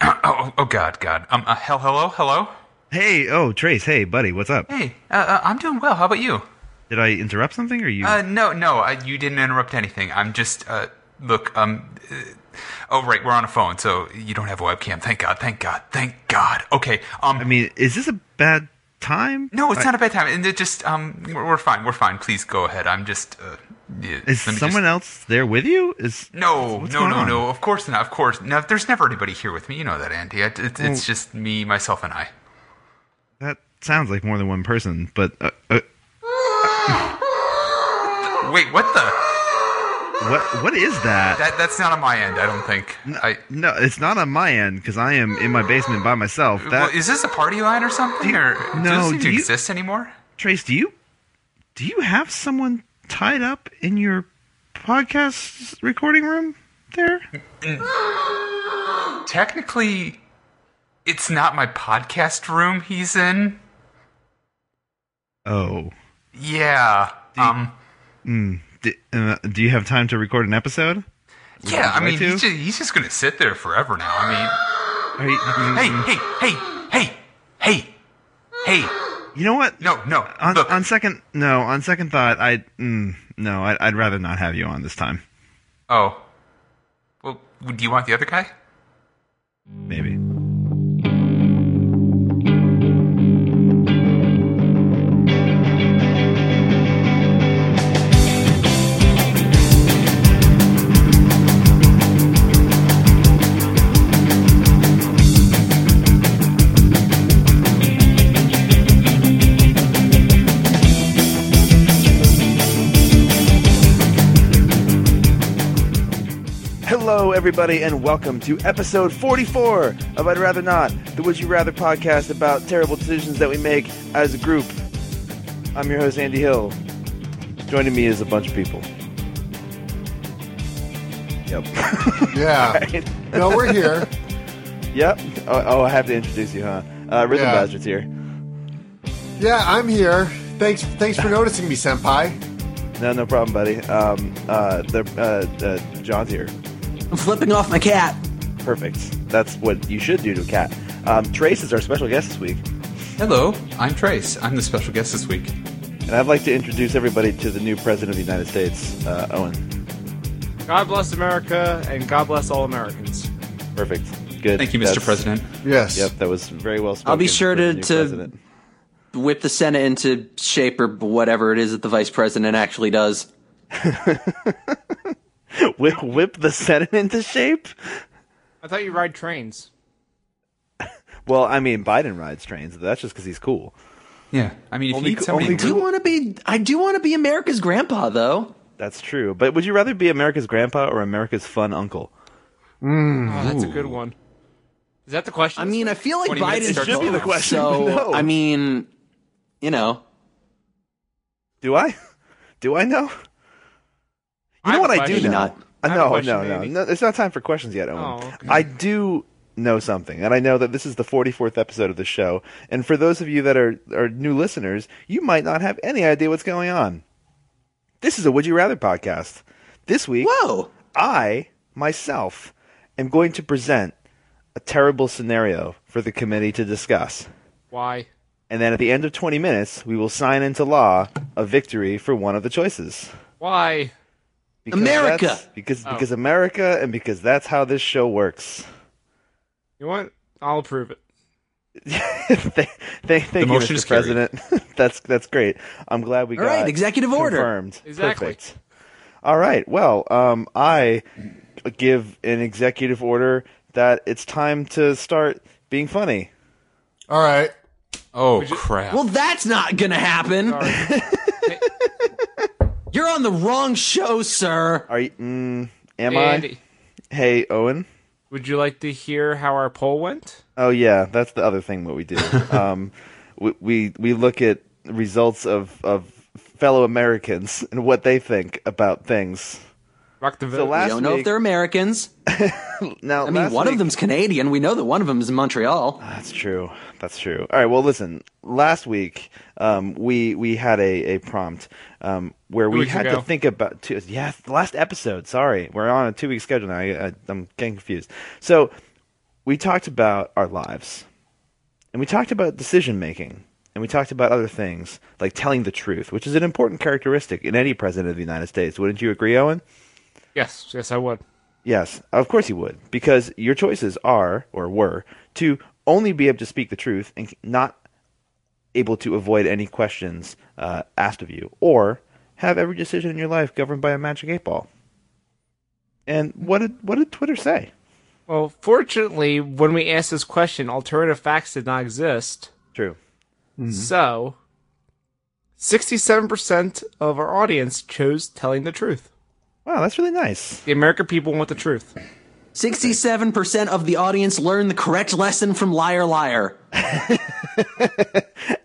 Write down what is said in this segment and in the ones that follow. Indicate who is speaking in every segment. Speaker 1: Oh, oh God, God. Um, uh, hell, hello, hello.
Speaker 2: Hey, oh, Trace, hey, buddy, what's up?
Speaker 1: Hey, uh, uh, I'm doing well. How about you?
Speaker 2: Did I interrupt something or you?
Speaker 1: Uh, no, no, uh, you didn't interrupt anything. I'm just, uh, look, um, uh, oh, right, we're on a phone, so you don't have a webcam. Thank God, thank God, thank God. Okay, um,
Speaker 2: I mean, is this a bad time?
Speaker 1: no, it's
Speaker 2: I-
Speaker 1: not a bad time. And it just, um, we're, we're fine, we're fine. Please go ahead. I'm just, uh,
Speaker 2: Is
Speaker 1: yeah, let me just-
Speaker 2: someone else there with you? Is
Speaker 1: No,
Speaker 2: what's
Speaker 1: no,
Speaker 2: going
Speaker 1: no,
Speaker 2: on?
Speaker 1: no. Of course not. Of course. No, there's never anybody here with me. You know that, Andy. It, it,
Speaker 2: Well-
Speaker 1: it's just me, myself, and I.
Speaker 2: That sounds like more than one person, but uh, uh,
Speaker 1: Wait, what the?
Speaker 2: what what is that?
Speaker 1: That that's not on my end. I don't think. I.
Speaker 2: no, it's not on my end because I am in my basement by myself. That
Speaker 1: well, is this a party line or something? Or
Speaker 2: no,
Speaker 1: does it even
Speaker 2: do you-
Speaker 1: exist anymore?
Speaker 2: Trace, do you do you have someone tied up in your podcast recording room there?
Speaker 1: Technically, it's not my podcast room he's in.
Speaker 2: Oh,
Speaker 1: Yeah. Um.
Speaker 2: D uh, do you have time to record an episode?
Speaker 1: Yeah. I
Speaker 2: like
Speaker 1: mean,
Speaker 2: to?
Speaker 1: he's just, he's just gonna sit there forever now. I
Speaker 2: Are you,
Speaker 1: mean, hey, hey, hey, hey, hey, hey.
Speaker 2: you know what?
Speaker 1: No, no.
Speaker 2: On,
Speaker 1: look,
Speaker 2: on second no on second thought I mm, no I, I'd rather not have you on this time
Speaker 1: Oh. Well, do you want the other guy?
Speaker 2: maybe
Speaker 3: Hello, everybody, and welcome to episode 44 of I'd Rather Not, the Would You Rather podcast about terrible decisions that we make as a group. I'm your host, Andy Hill. Joining me is a bunch of people. Yep.
Speaker 4: Yeah. No, we're here.
Speaker 3: yep. Oh, oh, I have to introduce you, huh? Uh, Rhythm
Speaker 4: Yeah.
Speaker 3: Bastard's here.
Speaker 4: Yeah, I'm here. Thanks, thanks for noticing me, senpai.
Speaker 3: No, no problem, buddy. Um, uh, the, uh, uh, John's here.
Speaker 5: I'm flipping off my cat.
Speaker 3: Perfect. That's what you should do to a cat. Um, Trace is our special guest this week.
Speaker 1: Hello, I'm Trace. I'm the special guest this week.
Speaker 3: And I'd like to introduce everybody to the new president of the United States, uh, Owen.
Speaker 6: God bless America and God bless all Americans.
Speaker 3: Perfect. Good.
Speaker 1: Thank you, Mr.
Speaker 3: That's-
Speaker 1: President.
Speaker 4: Yes.
Speaker 3: Yep, that was very well spoken.
Speaker 5: I'll be sure
Speaker 3: for the
Speaker 5: to-
Speaker 3: new
Speaker 5: to-
Speaker 3: president.
Speaker 5: Whip the Senate into shape or whatever it is that the vice president actually does.
Speaker 3: whip, whip the Senate into shape.
Speaker 6: I thought you ride trains.
Speaker 3: Well, I mean, Biden rides trains. but That's just because he's cool.
Speaker 1: Yeah, I mean, if
Speaker 3: Only
Speaker 1: you need
Speaker 3: co-
Speaker 1: somebody,
Speaker 3: only
Speaker 5: Do you want to be? I do want to be America's grandpa, though.
Speaker 3: That's true. But would you rather be America's grandpa or America's fun uncle?
Speaker 6: Oh, that's a good one. Is that the question?
Speaker 5: I mean, I feel like
Speaker 1: 20 minutes
Speaker 5: Biden
Speaker 1: starts It should be the off.
Speaker 3: question.
Speaker 5: So
Speaker 3: No.
Speaker 5: I mean, you know,
Speaker 3: Do I? Do I know? You know
Speaker 6: I have
Speaker 3: what
Speaker 6: a
Speaker 3: I do
Speaker 6: question.
Speaker 3: know?
Speaker 5: Not.
Speaker 3: I
Speaker 6: I have a
Speaker 3: know,
Speaker 6: question,
Speaker 3: no, no,
Speaker 6: maybe.
Speaker 3: no. It's not time for questions yet, Owen.
Speaker 6: Oh, okay.
Speaker 3: I do know something, and I know that this is the 44th episode of the show. And for those of you that are, are new listeners, you might not have any idea what's going on. This is a Would You Rather podcast. This week,
Speaker 5: whoa,
Speaker 3: I, myself, am going to present a terrible scenario for the committee to discuss.
Speaker 6: why?
Speaker 3: And then at the end of 20 minutes, we will sign into law a victory for one of the choices.
Speaker 6: Why?
Speaker 3: Because
Speaker 5: America.
Speaker 3: that's- Because,
Speaker 6: Oh.
Speaker 3: because America, and because that's how this show works.
Speaker 6: You know what? I'll approve it.
Speaker 3: thank thank, thank you,
Speaker 1: motion
Speaker 3: Mr.
Speaker 1: is carried.
Speaker 3: President. that's that's great. I'm glad we
Speaker 5: All
Speaker 3: got
Speaker 5: right, executive order.
Speaker 3: confirmed.
Speaker 6: Exactly.
Speaker 3: Perfect. All right. Well, um, I give an executive order that it's time to start being funny.
Speaker 4: All right.
Speaker 1: oh crap!
Speaker 5: well, that's not gonna happen.
Speaker 6: Sorry.
Speaker 5: You're on the wrong show, sir.
Speaker 3: Are you? Mm, am I?
Speaker 6: Andy,
Speaker 3: Hey, Owen.
Speaker 6: would you like to hear how our poll went?
Speaker 3: Oh yeah, that's the other thing what we do. um, we, we we look at results of of fellow Americans and what they think about things.
Speaker 6: Rock the vote.
Speaker 3: So last
Speaker 5: We don't know
Speaker 3: week,
Speaker 5: if they're Americans.
Speaker 3: now
Speaker 5: I mean, one of them's Canadian. We know that one of them is in Montreal.
Speaker 3: That's true. That's true. All right. Well, listen. Last week, um, we we had a, a prompt um, where we
Speaker 6: weeks
Speaker 3: had to
Speaker 6: ago.
Speaker 3: think about two. Yeah, last episode. Sorry, we're on a two week schedule now. I, I, I'm getting confused. So we talked about our lives, and we talked about decision making, and we talked about other things like telling the truth, which is an important characteristic in any president of the United States. Wouldn't you agree, Owen?
Speaker 6: Yes, yes, I would.
Speaker 3: Yes, of course you would, because your choices are or were to only be able to speak the truth and not able to avoid any questions uh, asked of you, or have every decision in your life governed by a magic eight ball. And what did what did Twitter say?
Speaker 6: Well, fortunately, when we asked this question, alternative facts did not exist.
Speaker 3: True.
Speaker 5: Mm-hmm.
Speaker 6: So, 67% of our audience chose telling the truth.
Speaker 3: Wow, that's really nice.
Speaker 6: The American people want the truth.
Speaker 5: 67% of the audience learned the correct lesson from Liar Liar.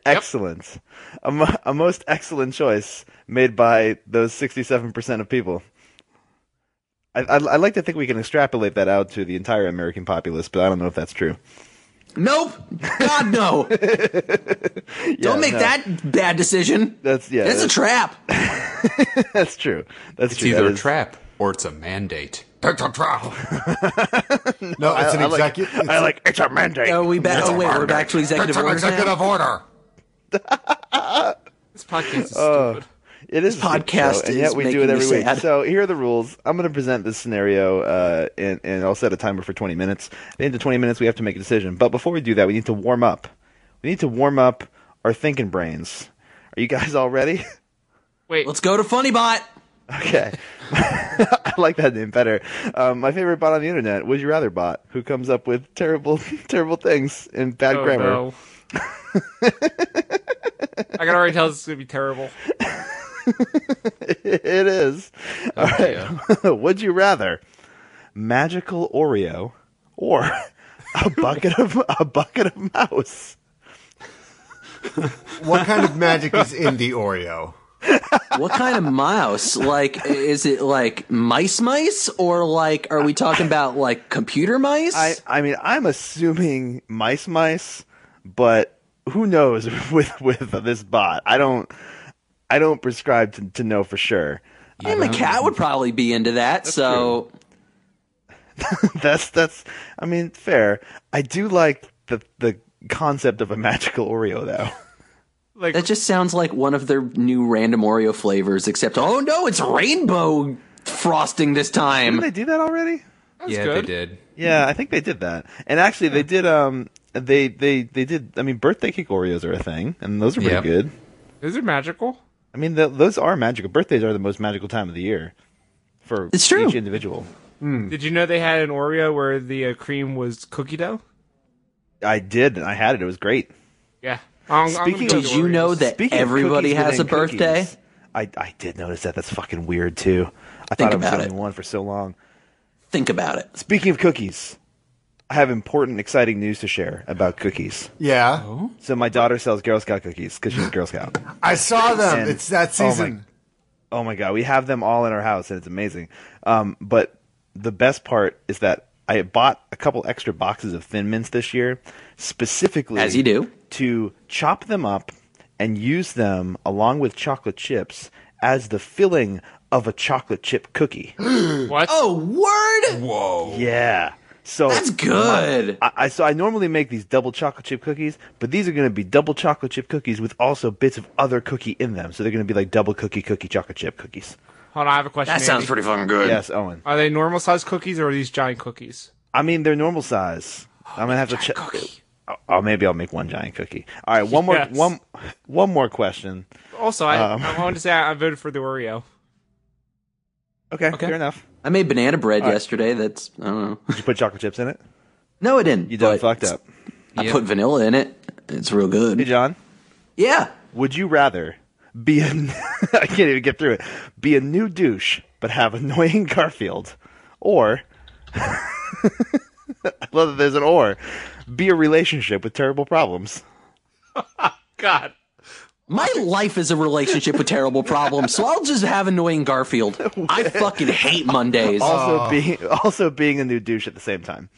Speaker 3: Excellent. A, mo- a most excellent choice made by those 67% of people. I, I, I like to think we can extrapolate that out to the entire American populace, but I don't know if that's true.
Speaker 5: Nope. God, no. Don't make
Speaker 3: no.
Speaker 5: that bad decision.
Speaker 3: That's yeah.
Speaker 5: It's a
Speaker 3: that's,
Speaker 5: trap.
Speaker 3: that's true. That's
Speaker 1: It's
Speaker 3: true. That
Speaker 1: either a
Speaker 3: is-
Speaker 1: trap or it's a mandate.
Speaker 4: No, it's an
Speaker 3: I like,
Speaker 4: executive.
Speaker 3: I like it's a mandate.
Speaker 5: Oh, we back. Oh wait, we're back to executive orders now.
Speaker 7: order.
Speaker 6: This podcast is
Speaker 5: Uh,
Speaker 6: stupid.
Speaker 3: It is
Speaker 5: This
Speaker 3: a stupid
Speaker 5: podcast
Speaker 3: show, and
Speaker 5: is
Speaker 3: yet we do
Speaker 5: making
Speaker 3: it
Speaker 5: me
Speaker 3: every week.
Speaker 5: sad.
Speaker 3: So here are the rules. I'm going to present this scenario, uh, and, and I'll set a timer for 20 minutes. At the end of 20 minutes, we have to make a decision. But before we do that, we need to warm up. We need to warm up our thinking brains. Are you guys all ready?
Speaker 6: Wait,
Speaker 5: Let's go to FunnyBot.
Speaker 3: Okay. I like that name better. Um, my favorite bot on the internet, Would You Rather Bot, who comes up with terrible, terrible things and bad
Speaker 6: oh,
Speaker 3: grammar.
Speaker 6: no. Oh, I can already tell this is going to be terrible.
Speaker 3: It is. All
Speaker 1: yeah.
Speaker 3: right. Would you rather magical Oreo or a bucket of a bucket of mouse?
Speaker 4: what kind of magic is in the Oreo?
Speaker 5: What kind of mouse? Like, is it like mice mice or like are we talking about like computer mice?
Speaker 3: I I mean I'm assuming mice mice, but who knows with with this bot? I don't I don't prescribe to, to know for sure.
Speaker 5: and the cat would probably be into that. so
Speaker 3: That's that's I mean fair. I do like the the concept of a magical Oreo though.
Speaker 6: Like,
Speaker 5: that just sounds like one of their new random Oreo flavors. Except, oh no, it's rainbow frosting this time.
Speaker 3: Did they do that already?
Speaker 1: yeah,
Speaker 6: good.
Speaker 1: they did.
Speaker 3: Yeah, I think they did that. And actually, they did. Um, they they they did. I mean, birthday cake Oreos are a thing, and those are pretty
Speaker 1: Yep.
Speaker 3: good.
Speaker 6: is it magical?
Speaker 3: I mean, th those are magical. Birthdays are the most magical time of the year for
Speaker 5: It's true.
Speaker 3: each individual.
Speaker 6: Did you know they had an Oreo where the uh, cream was cookie dough?
Speaker 3: I did. I had it. It was great.
Speaker 6: Yeah. I'm, I'm gonna
Speaker 3: Speaking
Speaker 6: go
Speaker 3: of-
Speaker 6: with
Speaker 5: Did you know
Speaker 6: Oreos.
Speaker 5: that
Speaker 3: Speaking of
Speaker 5: everybody
Speaker 3: cookies
Speaker 5: has a
Speaker 3: within cookies,
Speaker 5: birthday?
Speaker 3: I I did notice that. That's fucking weird too. I
Speaker 5: Think
Speaker 3: thought I was
Speaker 5: about
Speaker 3: the
Speaker 5: it.
Speaker 3: only one for so long.
Speaker 5: Think about it.
Speaker 3: Speaking of cookies, I have important, exciting news to share about cookies.
Speaker 4: Yeah,
Speaker 3: So my daughter sells Girl Scout cookies because she's a Girl Scout.
Speaker 4: I saw them.
Speaker 3: And-
Speaker 4: it's that
Speaker 3: oh my-
Speaker 4: season.
Speaker 3: Oh my god, we have them all in our house, and it's amazing. Um, but the best part is that I bought a couple extra boxes of Thin Mints this year, specifically
Speaker 5: As you do.
Speaker 3: to chop them up and use them along with chocolate chips as the filling of a chocolate chip cookie.
Speaker 6: What?
Speaker 5: Oh, word!
Speaker 1: Whoa.
Speaker 3: yeah, so
Speaker 5: That's good.
Speaker 3: I, I so I normally make these double chocolate chip cookies, but these are going to be double chocolate chip cookies with also bits of other cookie in them. So they're going to be like double cookie cookie chocolate chip cookies.
Speaker 6: Hold on, I have a question.
Speaker 5: That sounds
Speaker 6: Andy.
Speaker 5: pretty fucking good.
Speaker 3: Yes, Owen.
Speaker 6: Are they normal sized cookies or are these giant cookies?
Speaker 3: I mean, they're normal size. I'm gonna have to check. Oh, oh, maybe I'll make one giant cookie. All right, one more,
Speaker 6: Yes.
Speaker 3: one, one more question.
Speaker 6: Also, I,
Speaker 3: Um.
Speaker 6: I wanted to say I, I voted for the Oreo.
Speaker 3: Okay, fair enough.
Speaker 5: I made banana bread yesterday. That's I don't know.
Speaker 3: Did you put chocolate chips in it?
Speaker 5: No, I didn't.
Speaker 3: You done
Speaker 5: but
Speaker 3: fucked up.
Speaker 5: I put vanilla in it. It's real good.
Speaker 3: Hey, John,
Speaker 5: Yeah.
Speaker 3: would you rather be a? I can't even get through it. Be a new douche, but have annoying Garfield, or I love that there's an or. Be a relationship with terrible problems.
Speaker 6: God.
Speaker 5: My life is a relationship with terrible problems, so I'll just have annoying Garfield. I fucking hate Mondays. Oh,
Speaker 3: Also being, also being a new douche at the same time.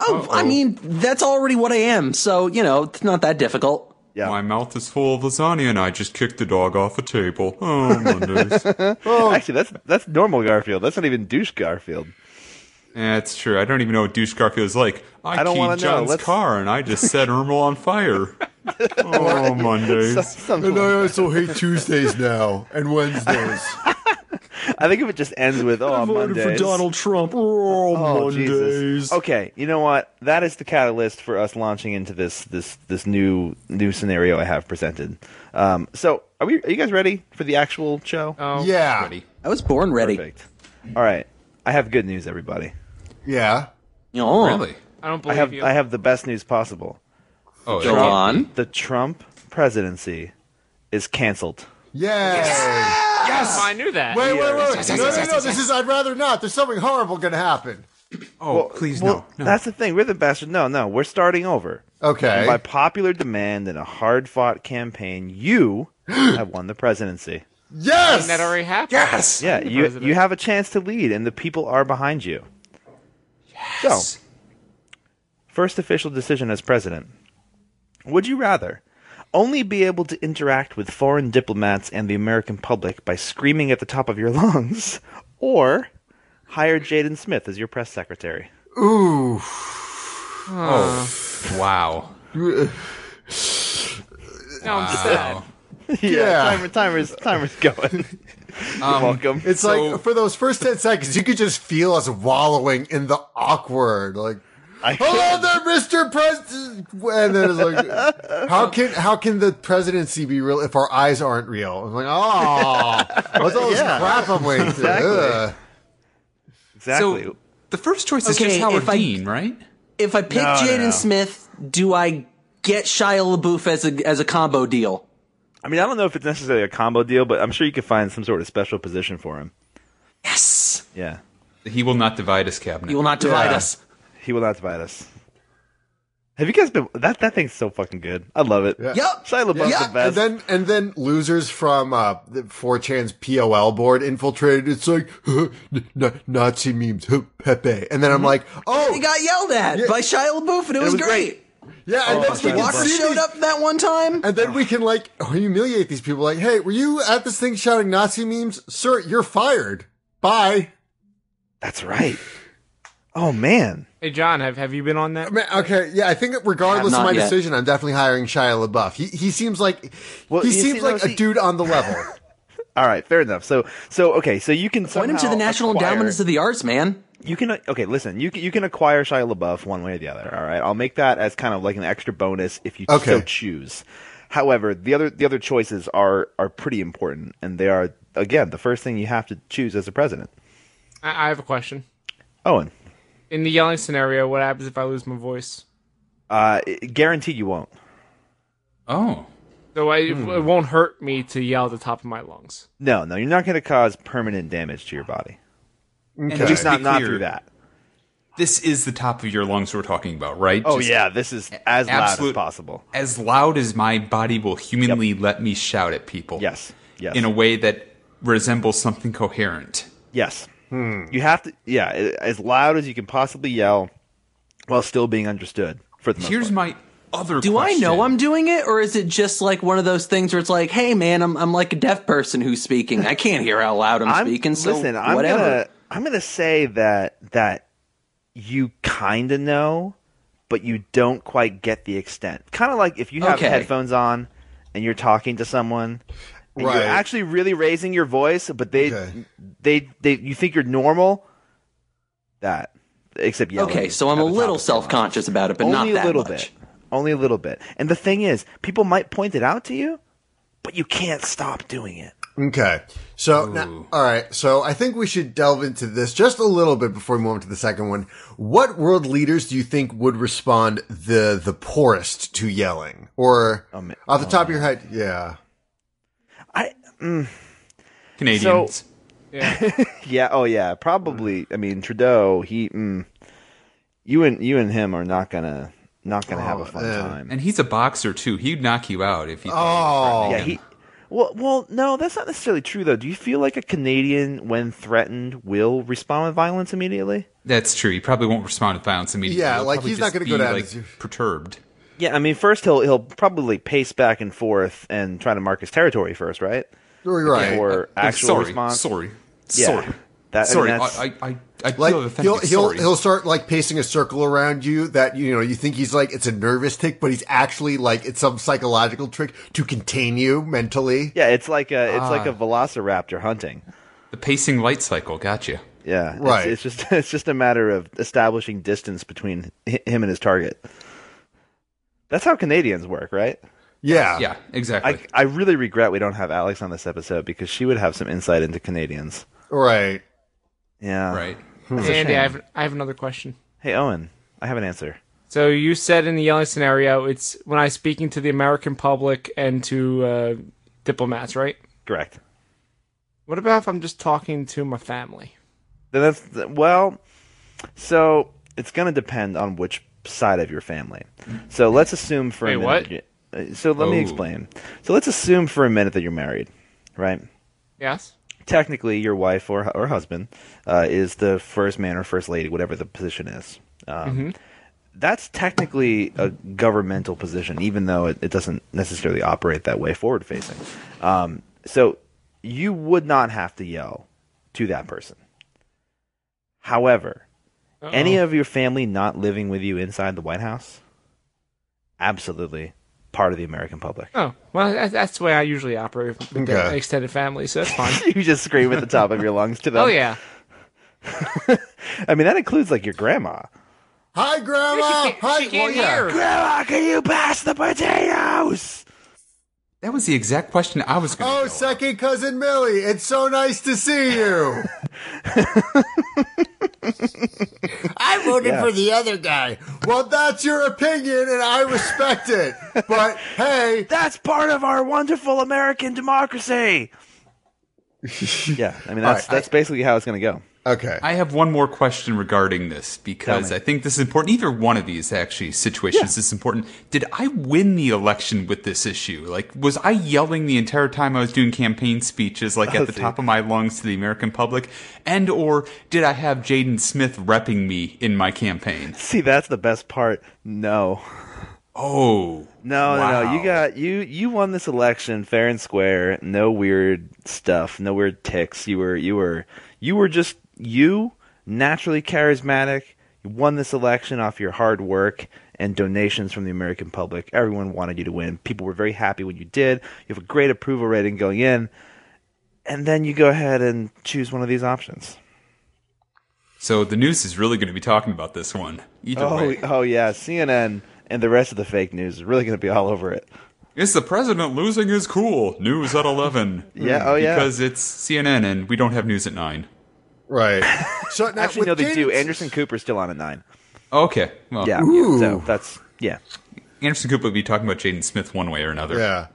Speaker 5: Oh,
Speaker 3: oh,
Speaker 5: I mean, that's already what I am, so, you know, it's not that difficult.
Speaker 3: Yeah.
Speaker 7: My mouth is full of lasagna and I just kicked the dog off a table. Oh, Mondays.
Speaker 3: Actually, that's that's normal Garfield. That's not even douche Garfield.
Speaker 7: That's true. I don't even know what douche car feels like. I,
Speaker 3: I don't wanna
Speaker 7: keyed
Speaker 3: know.
Speaker 7: John's
Speaker 3: Let's-
Speaker 7: car and I just set Ermal on fire. oh, Mondays.
Speaker 4: And
Speaker 3: Something
Speaker 4: I also hate Tuesdays now and Wednesdays.
Speaker 3: I think if it just ends with oh Mondays.
Speaker 7: Trump. Oh,
Speaker 3: Oh, Jesus. Okay, you know what? That is the catalyst for us launching into this this this new new scenario I have presented. Um, so, are we? Are you guys ready for the actual show?
Speaker 7: Uh,
Speaker 6: Oh,
Speaker 4: yeah.
Speaker 5: I was born ready.
Speaker 3: Perfect. All right, I have good news, everybody.
Speaker 4: Yeah.
Speaker 5: Oh,
Speaker 7: Really?
Speaker 6: I don't
Speaker 3: I
Speaker 6: believe
Speaker 3: have
Speaker 6: you.
Speaker 3: I have the best news possible.
Speaker 7: Oh,
Speaker 5: Go
Speaker 7: okay.
Speaker 5: on.
Speaker 3: The Trump presidency is canceled.
Speaker 4: Yay.
Speaker 6: Oh, I knew that.
Speaker 4: Wait, wait, wait. No, no, no. This is I'd rather not. There's something horrible going to happen.
Speaker 7: Oh, please,
Speaker 3: Well,
Speaker 7: no. no.
Speaker 3: that's the thing. We're the bastard. No, no, we're starting over. And by
Speaker 4: Okay.
Speaker 3: popular demand and a hard fought campaign, you have won the presidency.
Speaker 4: Yes.
Speaker 6: that already happened.
Speaker 3: Yeah,
Speaker 6: the
Speaker 3: you,
Speaker 6: president.
Speaker 3: you have a chance to lead, and the people are behind you. So, first official decision as president. Would you rather only be able to interact with foreign diplomats and the American public by screaming at the top of your lungs, or hire Jaden Smith as your press secretary?
Speaker 4: Ooh.
Speaker 7: Wow.
Speaker 6: No, I'm sad.
Speaker 4: Yeah.
Speaker 3: timer, timer's timer's going. You're welcome.
Speaker 4: It's
Speaker 7: So-
Speaker 4: like for those first ten seconds, you could just feel us wallowing in the awkward. Like, hello there, Mister President. And then it's like, how can how can the presidency be real if our eyes aren't real? I'm like, oh, what's all this crap I'm waiting through?
Speaker 3: Exactly.
Speaker 4: Ugh.
Speaker 3: Exactly.
Speaker 7: So the first choice is
Speaker 5: Okay,
Speaker 7: just Howard
Speaker 5: if I-
Speaker 7: Dean, right?
Speaker 5: If I pick
Speaker 3: No, no,
Speaker 5: Jaden
Speaker 3: no.
Speaker 5: Smith, do I get Shia LaBeouf as a as a combo deal?
Speaker 3: I mean, I don't know if it's necessarily a combo deal, but I'm sure you could find some sort of special position for him.
Speaker 5: Yes,
Speaker 3: Yeah.
Speaker 7: He will not divide his cabinet.
Speaker 5: you will not divide
Speaker 4: Yeah.
Speaker 5: us.
Speaker 3: He will not divide us. Have you guys been that that thing's so fucking good. I love it.
Speaker 4: Yeah.
Speaker 5: Yep.
Speaker 3: Shia LaBeouf's
Speaker 5: Yeah.
Speaker 3: the
Speaker 4: And
Speaker 3: best.
Speaker 4: then and then losers from uh, the 4chan's POL board infiltrated. It's like n- n- Nazi memes, huh, Pepe. And then
Speaker 3: Mm-hmm.
Speaker 4: I'm like,
Speaker 5: He
Speaker 4: oh
Speaker 5: got yelled at by Shia LaBeouf, and it, was,
Speaker 3: was
Speaker 5: great.
Speaker 4: yeah. And
Speaker 3: Oh,
Speaker 4: then we can
Speaker 5: Walker
Speaker 4: see
Speaker 5: showed
Speaker 4: these-
Speaker 5: up that one time.
Speaker 4: And then we can like humiliate these people. Like, hey, were you at this thing shouting Nazi memes, sir? You're fired. Bye.
Speaker 3: That's right. Oh man.
Speaker 6: Hey, John, have, have you been on that?
Speaker 4: I mean, okay, yeah, I think that regardless
Speaker 5: I
Speaker 4: of
Speaker 5: have
Speaker 4: my
Speaker 5: not yet.
Speaker 4: decision, I'm definitely hiring Shia LaBeouf. He he seems like
Speaker 3: Well,
Speaker 4: he
Speaker 3: you see,
Speaker 4: seems like
Speaker 3: no,
Speaker 4: a
Speaker 3: see-
Speaker 4: dude on the level.
Speaker 3: All right, fair enough. So so okay, so you can
Speaker 5: Point him to
Speaker 3: somehow
Speaker 5: the National
Speaker 3: acquire-
Speaker 5: Endowments of the Arts, man.
Speaker 3: You can okay, listen. You can, you can acquire Shia LaBeouf one way or the other. All right, I'll make that as kind of like an extra bonus if you
Speaker 4: Okay.
Speaker 3: so choose. However, the other the other choices are are pretty important, and they are again the first thing you have to choose as a president.
Speaker 6: I, I have a question.
Speaker 3: Owen,
Speaker 6: In the yelling scenario, what happens if I lose my voice?
Speaker 3: uh, guaranteed you won't.
Speaker 7: Oh.
Speaker 6: So I,
Speaker 3: Hmm.
Speaker 6: it won't hurt me to yell at the top of my lungs.
Speaker 3: No, no, you're not going to cause permanent damage to your body.
Speaker 7: Okay.
Speaker 3: At least not, not through that.
Speaker 7: This is the top of your lungs we're talking about, right?
Speaker 3: Oh
Speaker 7: Just
Speaker 3: yeah, this is as loud as
Speaker 7: absolute-
Speaker 3: possible.
Speaker 7: As loud as my body will humanly let me shout at people.
Speaker 3: Yes, yes,
Speaker 7: In a way that resembles something coherent.
Speaker 3: yes. You have to, yeah, a- as loud as you can possibly yell, while still being understood. For the most
Speaker 7: Here's
Speaker 3: part.
Speaker 7: my other
Speaker 5: Do I
Speaker 7: question.
Speaker 5: know I'm doing it, or is it just like one of those things where it's like, hey, man, I'm I'm like a deaf person who's speaking. I can't hear how loud I'm,
Speaker 3: I'm
Speaker 5: speaking. So
Speaker 3: listen. I'm
Speaker 5: whatever.
Speaker 3: gonna, I'm gonna say that that you kind of know, but you don't quite get the extent. Kind of like if you have
Speaker 5: Okay.
Speaker 3: headphones on and you're talking to someone. And
Speaker 4: Right.
Speaker 3: You're actually really raising your voice, but they,
Speaker 4: Okay.
Speaker 3: they, they, you think you're normal. That, except yelling.
Speaker 5: Okay, so I'm
Speaker 3: at
Speaker 5: a
Speaker 3: the top
Speaker 5: little
Speaker 3: of your lungs.
Speaker 5: self conscious about it, but
Speaker 3: Only
Speaker 5: not that
Speaker 3: a little
Speaker 5: much.
Speaker 3: bit. Only a little bit. And the thing is, people might point it out to you, but you can't stop doing it.
Speaker 4: Okay. So, now, all right. So, I think we should delve into this just a little bit before we move on to the second one. What world leaders do you think would respond the the poorest to yelling? Or
Speaker 3: man.
Speaker 4: off the top of your
Speaker 3: uh,
Speaker 4: head? Yeah.
Speaker 3: I
Speaker 7: Canadians.
Speaker 3: So- yeah, oh yeah, probably. I mean, Trudeau, he mm, you and you and him are not going to not going to have a fun time.
Speaker 7: and he's a boxer too. He'd knock you out if he.
Speaker 4: Oh.
Speaker 3: yeah, he well, well, no, that's not necessarily true though. Do you feel like a Canadian, when threatened, will respond with violence immediately?
Speaker 7: That's true. He probably won't respond to violence immediately.
Speaker 4: Yeah,
Speaker 7: He'll
Speaker 4: like,
Speaker 7: probably
Speaker 4: he's
Speaker 7: just
Speaker 4: not gonna go
Speaker 7: be,
Speaker 4: down
Speaker 7: like,
Speaker 4: as you-
Speaker 7: perturbed.
Speaker 3: Yeah, I mean, first he'll he'll probably pace back and forth and try to mark his territory first, right?
Speaker 4: You're right.
Speaker 3: Before
Speaker 7: Oh,
Speaker 3: actual
Speaker 7: sorry,
Speaker 3: response.
Speaker 7: sorry,
Speaker 3: Yeah.
Speaker 7: sorry,
Speaker 3: That- I mean,
Speaker 7: sorry.
Speaker 3: that's-
Speaker 7: I, I, I, I
Speaker 4: Like
Speaker 7: feel offended.
Speaker 4: he'll he'll
Speaker 7: Sorry.
Speaker 4: he'll start like pacing a circle around you that you know you think he's like it's a nervous tick, but he's actually like it's some psychological trick to contain you mentally.
Speaker 3: Yeah, it's like a it's like a velociraptor hunting.
Speaker 1: The pacing light cycle. Gotcha.
Speaker 3: Yeah, it's-
Speaker 4: Right.
Speaker 3: It's, just it's just a matter of establishing distance between hi- him and his target. That's how Canadians work, right?
Speaker 4: Yeah,
Speaker 1: Yeah, exactly.
Speaker 3: Ah. I I really regret we don't have Alex on this episode because she would have some insight into Canadians.
Speaker 4: right.
Speaker 3: Yeah.
Speaker 1: right.
Speaker 3: Hmm.
Speaker 6: Andy, I have, I have another question.
Speaker 3: Hey Owen, I have an answer.
Speaker 6: So you said in the yelling scenario, it's when I'm speaking to the American public and to uh, diplomats, right?
Speaker 3: Correct.
Speaker 6: What about if I'm just talking to my family?
Speaker 3: Then that's th- well. So it's going to depend on which side of your family. So let's assume for a
Speaker 6: Wait,
Speaker 3: minute. uh, So let me
Speaker 1: Oh.
Speaker 3: explain. So let's assume for a minute that you're married, right?
Speaker 6: Yes.
Speaker 3: Technically, your wife or or husband uh, is the first man or first lady, whatever the position is. Um,
Speaker 6: Mm-hmm.
Speaker 3: That's technically a governmental position, even though it, it doesn't necessarily operate that way forward facing. Um, so you would not have to yell to that person. However, any of your family not living with you inside the White House, absolutely part of the American public.
Speaker 6: Oh well, that, that's the way I usually operate with the
Speaker 4: Okay.
Speaker 6: extended family, so that's fine.
Speaker 3: you just scream at the top of your lungs to them.
Speaker 6: oh yeah.
Speaker 3: I mean, that includes like your grandma.
Speaker 4: Hi, Grandma. Hi,
Speaker 6: she can't
Speaker 4: yeah.
Speaker 6: hear.
Speaker 3: Grandma, can you pass the potatoes?
Speaker 1: That was the exact question I was going to
Speaker 4: Oh, second cousin Millie, it's so nice to see you. I voted for the other guy. Well, that's your opinion, and I respect it. But hey,
Speaker 3: That's part of our wonderful American democracy. yeah, I mean that's
Speaker 4: All right,
Speaker 3: that's basically how it's going to go.
Speaker 4: okay,
Speaker 1: I have one more question regarding this because I think this is important. Either one of these actually situations is important. Did I win the election with this issue? Like, was I yelling the entire time I was doing campaign speeches, like
Speaker 3: Oh,
Speaker 1: at the top of my lungs to the American public, and or did I have Jaden Smith repping me in my campaign?
Speaker 3: See, that's the best part. No.
Speaker 1: Oh,
Speaker 3: No, no, no.
Speaker 1: Wow.
Speaker 3: You got you you won this election fair and square. No weird stuff, no weird ticks. You were you were you were just you, naturally charismatic. You won this election off your hard work and donations from the American public. Everyone wanted you to win. People were very happy when you did. You have a great approval rating going in. And then you go ahead and choose one of these options.
Speaker 1: so the news is really going to be talking about this one. Either
Speaker 3: Oh,
Speaker 1: way,
Speaker 3: oh yeah, CNN and the rest of the fake news is really going to be all over it.
Speaker 1: it's the president losing is cool. News at eleven.
Speaker 3: Yeah, oh, yeah.
Speaker 1: because it's CNN and we don't have news at nine.
Speaker 4: right. So now,
Speaker 3: Actually,
Speaker 4: with
Speaker 3: no, they do.
Speaker 4: Jaden-
Speaker 3: Anderson Cooper's still on at nine.
Speaker 1: Okay, well,
Speaker 3: Yeah.
Speaker 4: Ooh.
Speaker 3: So that's yeah.
Speaker 1: Anderson Cooper would be talking about Jaden Smith one way or another.
Speaker 4: Yeah.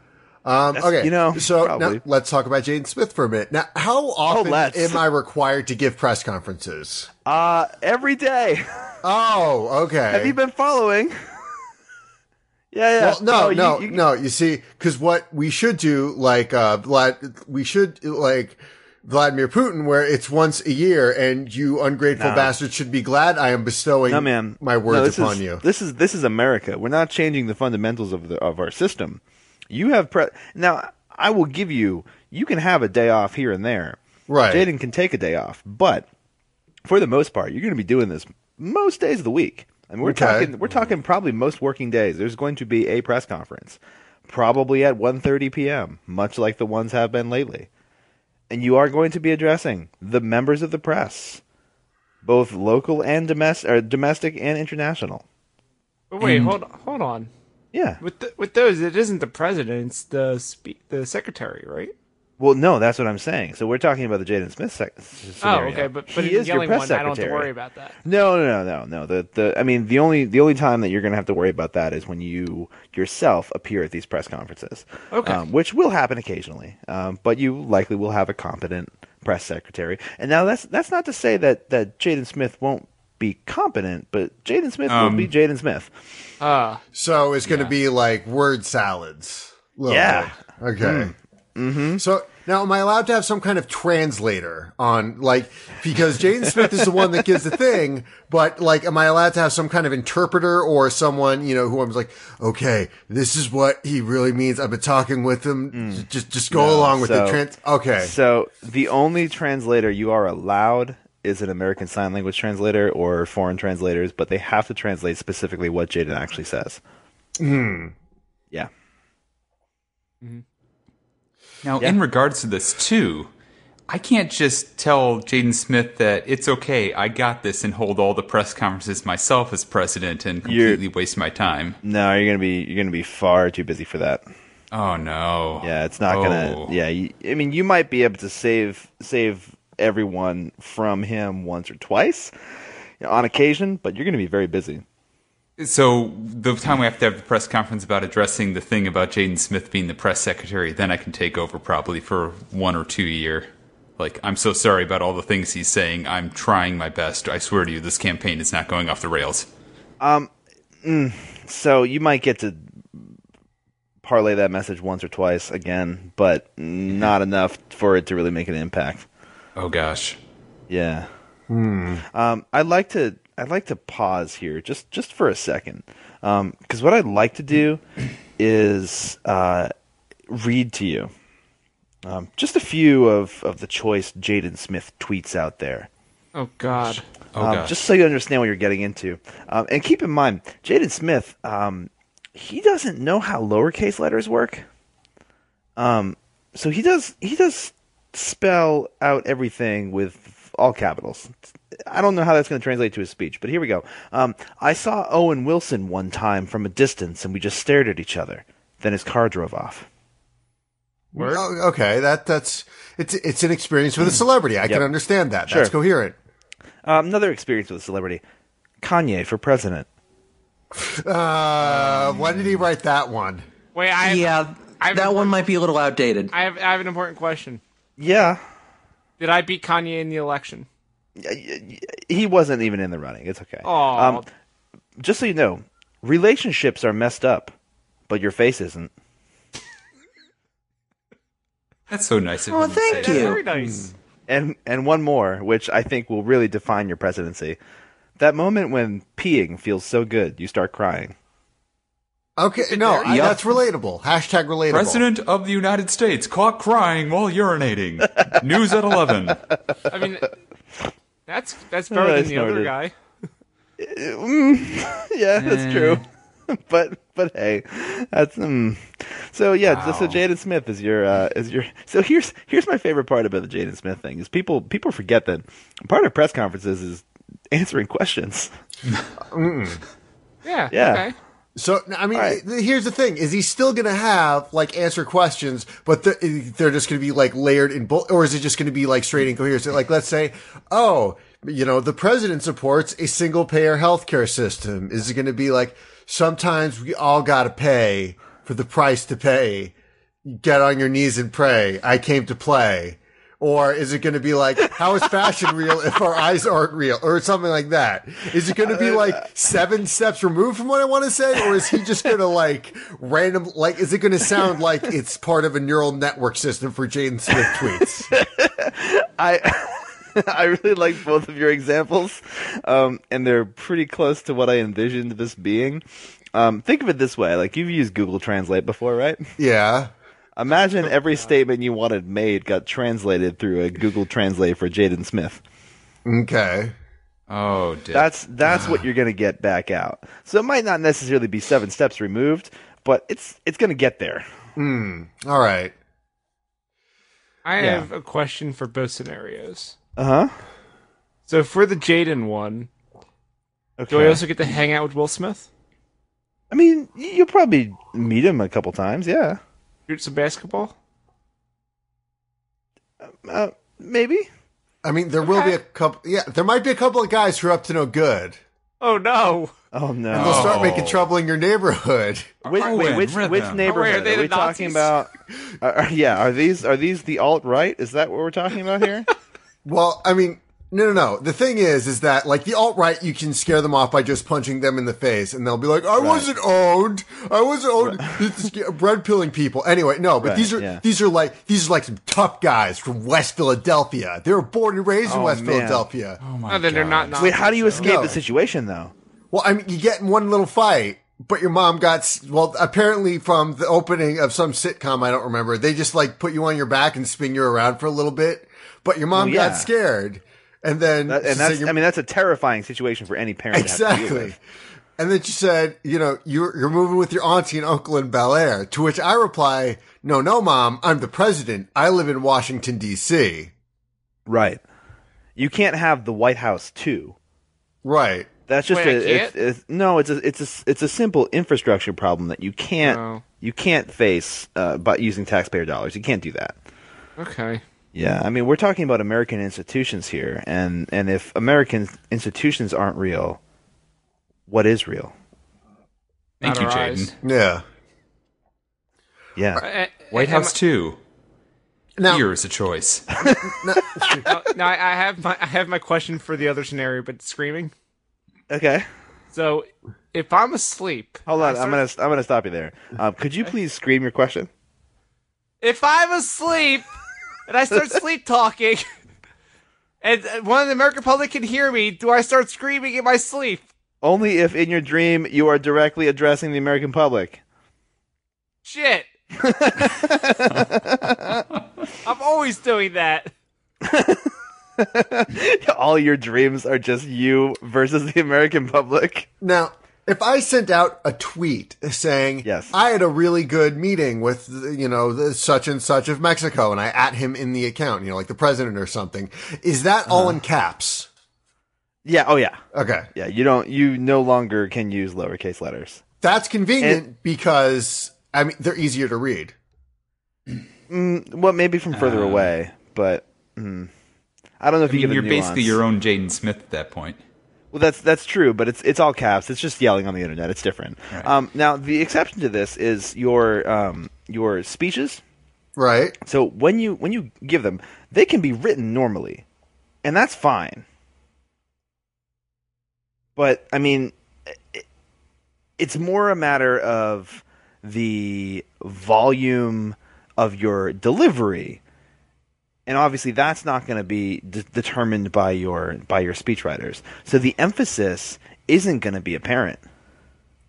Speaker 4: Um,
Speaker 3: That's-
Speaker 4: okay,
Speaker 3: you know,
Speaker 4: So
Speaker 3: probably. Oh,
Speaker 4: now let's talk about Jaden Smith for a minute. Now, how often
Speaker 3: let's.
Speaker 4: am I required to give press conferences?
Speaker 3: Uh every day.
Speaker 4: Oh, okay.
Speaker 3: Have you been following? yeah, yeah.
Speaker 4: Well, no,
Speaker 3: Oh, you-
Speaker 4: no,
Speaker 3: you-
Speaker 4: no. You see, because what we should do, like, uh, Vlad, we should like Vladimir Putin, where it's once a year, and you ungrateful bastards should be glad I am bestowing
Speaker 3: No, man.
Speaker 4: my
Speaker 3: No,
Speaker 4: words
Speaker 3: this
Speaker 4: upon
Speaker 3: is,
Speaker 4: you.
Speaker 3: This is this is America. We're not changing the fundamentals of the of our system. You have pre- now. I will give you. You can have a day off here and there.
Speaker 4: Right.
Speaker 3: Jaden can take a day off, but for the most part, you're going to be doing this most days of the week. I mean, we're
Speaker 4: Okay.
Speaker 3: talking we're talking probably most working days. There's going to be a press conference, probably at 1:30 p.m., much like the ones have been lately. And you are going to be addressing the members of the press, both local and domestic, or domestic and international.
Speaker 6: But wait, hold hold on.
Speaker 3: Yeah.
Speaker 6: With the, with those, it isn't the president; it's the spe- the secretary, right?
Speaker 3: Well, no, that's what I'm saying. So we're talking about the Jaden Smith sec- scenario.
Speaker 6: Oh, okay. But but
Speaker 3: he
Speaker 6: in the
Speaker 3: is your
Speaker 6: yelling
Speaker 3: press
Speaker 6: one,
Speaker 3: secretary.
Speaker 6: I don't have to worry about that.
Speaker 3: No, no, no, no, no. The the I mean, the only the only time that you're going to have to worry about that is when you yourself appear at these press conferences.
Speaker 6: Okay.
Speaker 3: Um, which will happen occasionally, um, but you likely will have a competent press secretary. And now that's that's not to say that that Jaden Smith won't be competent, but Jaden Smith will be Jaden Smith.
Speaker 4: So it's going to be like word salads. Little
Speaker 3: Yeah. Hmm.
Speaker 4: bit. Okay. Mm-hmm. So now, am I allowed to have some kind of translator on, like, because Jaden Smith is the one that gives the thing, but like, am I allowed to have some kind of interpreter or someone, you know, who I'm like, okay, this is what he really means. I've been talking with him. J- Just, just go along with the
Speaker 3: Hmm. so-
Speaker 4: trans. Okay.
Speaker 3: So the only translator you are allowed is an American Sign Language translator or foreign translators, but they have to translate specifically what Jaden actually says.
Speaker 4: Hmm.
Speaker 3: Yeah.
Speaker 1: Now, in regards to this too, I can't just tell Jaden Smith that it's okay, I got this, and hold all the press conferences myself as president and
Speaker 3: You're-
Speaker 1: completely waste my time.
Speaker 3: No, you're gonna be you're gonna be far too busy for that.
Speaker 1: Oh no.
Speaker 3: Yeah, it's not
Speaker 1: Oh.
Speaker 3: gonna. Yeah, you, I mean, you might be able to save save everyone from him once or twice you know, on occasion, but you're gonna be very busy.
Speaker 1: So the time we have to have the press conference about addressing the thing about Jaden Smith being the press secretary, then I can take over probably for one or two year. Like, I'm so sorry about all the things he's saying. I'm trying my best. I swear to you, this campaign is not going off the rails.
Speaker 3: So you might get to parlay that message once or twice again, but not enough for it to really make an impact.
Speaker 1: Oh gosh.
Speaker 3: Yeah. Um, I'd like to I'd like to pause here just just for a second because what I'd like to do is uh, read to you um, just a few of of the choice Jaden Smith tweets out there.
Speaker 6: Oh God.
Speaker 1: Oh
Speaker 3: Um,
Speaker 1: gosh.
Speaker 3: just so you understand what you're getting into. Um, and keep in mind, Jaden Smith, um, he doesn't know how lowercase letters work. Um, so he does he does spell out everything with all capitals. I don't know how that's going to translate to his speech, but here we go. Um, I saw Owen Wilson one time from a distance, and we just stared at each other. Then his car drove off.
Speaker 4: Oh, okay, that that's it's it's an experience with a celebrity. I
Speaker 3: Hmm. Yep.
Speaker 4: can understand that.
Speaker 3: Sure.
Speaker 4: That's coherent.
Speaker 3: Um, another experience with a celebrity, Kanye for president.
Speaker 4: Uh, when did he write that one?
Speaker 6: Wait, I have,
Speaker 5: yeah,
Speaker 6: I've-
Speaker 5: that one might be a little outdated.
Speaker 6: I have I have an important question.
Speaker 3: Yeah,
Speaker 6: Did I beat Kanye in the election?
Speaker 3: he wasn't even in the running. It's okay.
Speaker 6: Oh,
Speaker 3: Um, just so you know, relationships are messed up, but your face isn't.
Speaker 1: That's so nice of
Speaker 5: Oh,
Speaker 1: him to
Speaker 5: thank
Speaker 1: say.
Speaker 5: you.
Speaker 6: very nice.
Speaker 3: And and one more, which I think will really define your presidency. That moment when peeing feels so good, you start crying.
Speaker 4: Okay, no, I-
Speaker 5: Yep.
Speaker 4: that's relatable. Hashtag relatable.
Speaker 1: President of the United States caught crying while urinating. News at 11.
Speaker 6: I mean, that's that's better than
Speaker 3: that's
Speaker 6: the
Speaker 3: not
Speaker 6: other
Speaker 3: it.
Speaker 6: guy.
Speaker 3: yeah, that's true. but but hey, that's um. So yeah, so Jaden Smith is your uh, is your. So here's here's my favorite part about the Jaden Smith thing is people people forget that part of press conferences is answering questions.
Speaker 6: Yeah.
Speaker 3: Yeah.
Speaker 6: Okay.
Speaker 4: So n- I mean,
Speaker 3: Alright.
Speaker 4: th- here's the thing: is he still going to have like answer questions, but th- they're just going to be like layered in bullet, or is it just going to be like straight and coherent? So, like, let's say, oh, you know, the president supports a single payer healthcare system. Is it going to be like sometimes we all got to pay for the price to pay? Get on your knees and pray. I came to play. Or is it going to be like, how is fashion real if our eyes aren't real? Or something like that. Is it going to be like seven steps removed from what I want to say? Or is he just going to like random, like, is it going to sound like it's part of a neural network system for Jaden Smith tweets?
Speaker 3: I I really like both of your examples, um, and they're pretty close to what I envisioned this being. Um, think of it this way: like you've used Google Translate before, right?
Speaker 4: Yeah.
Speaker 3: Imagine
Speaker 4: Oh,
Speaker 3: every statement you wanted made got translated through a Google Translate for Jaden Smith.
Speaker 4: Okay.
Speaker 1: Oh, dear.
Speaker 3: That's that's what you're gonna get back out. So it might not necessarily be seven steps removed, but it's it's gonna get there.
Speaker 4: All right.
Speaker 6: I
Speaker 3: Yeah.
Speaker 6: have a question for both scenarios.
Speaker 3: Uh huh.
Speaker 6: So for the Jaden one,
Speaker 3: Okay.
Speaker 6: do I also get to hang out with Will Smith?
Speaker 3: I mean, you'll probably meet him a couple times. Yeah.
Speaker 6: Shoot some basketball?
Speaker 3: Uh, maybe.
Speaker 4: I mean, there will be a couple, yeah, there might be a couple of guys who are up to no good.
Speaker 6: Oh no!
Speaker 3: Oh no.
Speaker 4: And they'll start
Speaker 1: Oh.
Speaker 4: making trouble in your neighborhood.
Speaker 3: Which,
Speaker 1: Owen,
Speaker 3: wait, which,
Speaker 1: rhythm.
Speaker 3: which
Speaker 6: Wait,
Speaker 3: neighborhood
Speaker 6: are they
Speaker 3: are,
Speaker 6: the
Speaker 3: we talking
Speaker 6: Nazis?
Speaker 3: about? Are, are- yeah, are these are these the alt right? Is that what we're talking about here?
Speaker 4: Well, I mean, no, no, no. The thing is, is that like the alt right, you can scare them off by just punching them in the face, and they'll be like, "I wasn't owned. I wasn't owned." This is bread pilling people. Anyway, no, but
Speaker 3: Right,
Speaker 4: these are
Speaker 3: yeah.
Speaker 4: these are like these are like some tough guys from West Philadelphia. They were born and raised in West
Speaker 3: Oh, man.
Speaker 4: Philadelphia.
Speaker 1: oh, my
Speaker 6: No, then they're
Speaker 1: God.
Speaker 6: not.
Speaker 3: Wait, how do you
Speaker 6: Nazis,
Speaker 3: escape
Speaker 4: No.
Speaker 3: the situation though?
Speaker 4: Well, I mean, you get in one little fight, but your mom got s- well. Apparently, from the opening of some sitcom, I don't remember. They just like put you on your back and spin you around for a little bit, but your mom
Speaker 3: Well, yeah.
Speaker 4: got scared. And then
Speaker 3: That-
Speaker 4: she
Speaker 3: and
Speaker 4: said,
Speaker 3: that's,
Speaker 4: "Your
Speaker 3: I mean, that's a terrifying situation for any parent to have to deal
Speaker 4: Exactly.
Speaker 3: with.
Speaker 4: And then she said, you know, you're, you're moving with your auntie and uncle in Bel Air. To which I reply, no, no, mom, I'm the president. I live in Washington, D.C.
Speaker 3: Right. You can't have the White House too.
Speaker 4: Right.
Speaker 3: That's just
Speaker 6: Wait, I
Speaker 3: a
Speaker 6: can't?
Speaker 3: it's, it's, no. It's a it's a it's a simple infrastructure problem that you can't
Speaker 6: Oh.
Speaker 3: you can't face uh, by using taxpayer dollars. You can't do that.
Speaker 6: Okay.
Speaker 3: Yeah, I mean, we're talking about American institutions here, and and if American institutions aren't real, what is real?
Speaker 1: Thank
Speaker 6: Not
Speaker 1: you,
Speaker 6: our
Speaker 1: Jaden.
Speaker 6: eyes. Eh,
Speaker 4: Yeah.
Speaker 3: Yeah,
Speaker 6: A-
Speaker 1: White
Speaker 6: am
Speaker 1: House too.
Speaker 4: Now,
Speaker 1: Here is a choice.
Speaker 6: I- oh, no, no, I I have my I have my question for the other scenario, but screaming.
Speaker 3: okay.
Speaker 6: So, if I'm asleep,
Speaker 3: Hold on,
Speaker 6: I
Speaker 3: I'm
Speaker 6: start-
Speaker 3: gonna I'm gonna stop you there. Um, could you please scream your question?
Speaker 6: if I'm asleep and I start sleep talking, and uh, one of the American public can hear me, do I start screaming in my sleep?
Speaker 3: Only if in your dream you are directly addressing the American public.
Speaker 6: Shit. I'm always doing that.
Speaker 3: All your dreams are just you versus the American public.
Speaker 4: now, if I sent out a tweet saying,
Speaker 3: Yes.
Speaker 4: I had a really good meeting with, you know, the such and such of Mexico, and I at him in the account, you know, like the president or something, is that
Speaker 3: Uh-huh.
Speaker 4: all in caps?
Speaker 3: Yeah. Oh yeah.
Speaker 4: Okay.
Speaker 3: Yeah. You don't. You no longer can use lowercase letters.
Speaker 4: That's convenient because, I mean, they're easier to read.
Speaker 3: Well, maybe from further away, but mm, I don't know if
Speaker 1: Uh. I mean,
Speaker 3: you get
Speaker 1: you're
Speaker 3: the
Speaker 1: basically
Speaker 3: nuance.
Speaker 1: your own Jaden Smith at that point.
Speaker 3: Well, that's that's true, but it's it's all caps. It's just yelling on the internet. It's different. Um, now, the exception to this is your um, your speeches.
Speaker 4: Right.
Speaker 3: So when you when you give them, they can be written normally, and that's fine. But I mean, it, it's more a matter of the volume of your delivery, and obviously that's not going to be de- determined by your by your speechwriters. So the emphasis isn't going to be apparent.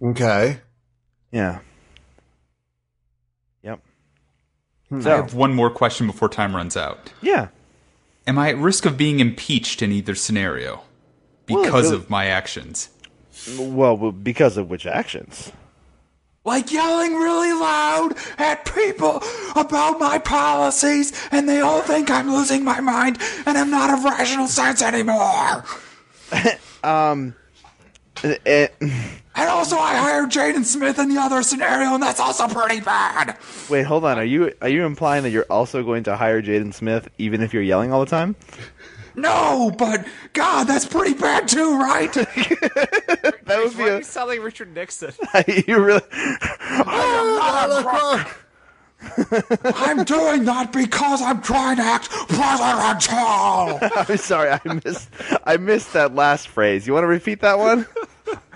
Speaker 4: Okay.
Speaker 3: Yeah. Yep.
Speaker 1: I
Speaker 3: So
Speaker 1: have one more question before time runs out.
Speaker 3: yeah.
Speaker 1: Am I at risk of being impeached in either scenario
Speaker 3: Well,
Speaker 1: because
Speaker 3: really-
Speaker 1: of my actions?
Speaker 3: Well, w- because of which actions?
Speaker 1: like yelling really loud at people about my policies, and they all think I'm losing my mind and I'm not of rational sense anymore.
Speaker 3: Uh, uh,
Speaker 1: And also, I hired Jaden Smith in the other scenario, and that's also pretty bad.
Speaker 3: wait, hold on. Are you are you implying that you're also going to hire Jaden Smith even if you're yelling all the time?
Speaker 1: No, but God, that's pretty bad too, right?
Speaker 3: That would be
Speaker 6: Why are
Speaker 3: a,
Speaker 6: you selling Richard Nixon?
Speaker 3: you really.
Speaker 1: I'm doing that because I'm trying to act presidential.
Speaker 3: I'm sorry, I missed I missed that last phrase. You want to repeat that one?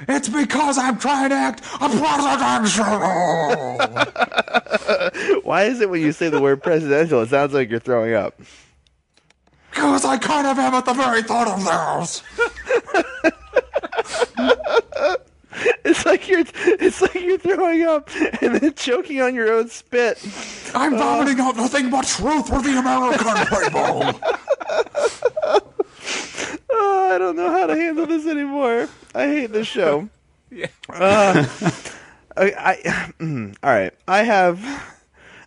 Speaker 1: It's because I'm trying to act presidential.
Speaker 3: Why is it when you say the word presidential, it sounds like you're throwing up?
Speaker 1: Because I kind of am at the very thought of those.
Speaker 3: It's like you're it's like you're throwing up and then choking on your own spit.
Speaker 1: I'm vomiting out nothing but truth for the American people.
Speaker 3: Oh, I don't know how to handle this anymore. I hate this show. Uh, I, I mm, all right. I have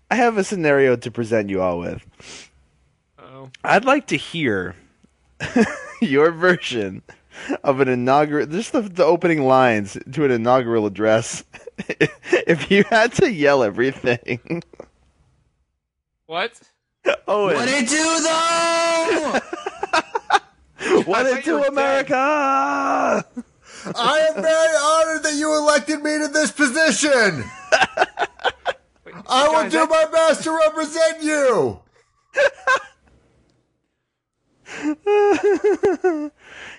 Speaker 3: I have a scenario to present you all with.
Speaker 6: Oh,
Speaker 3: I'd like to hear your version of an inaugural just the, the opening lines to an inaugural address. if you had to yell everything.
Speaker 6: what?
Speaker 3: Owen,
Speaker 5: What it do though?
Speaker 3: what
Speaker 6: thought
Speaker 3: into
Speaker 6: you were dead.
Speaker 3: America?
Speaker 4: I am very honored that you elected me to this position.
Speaker 6: Wait,
Speaker 4: I will
Speaker 6: guys,
Speaker 4: do
Speaker 6: that-
Speaker 4: my best to represent you.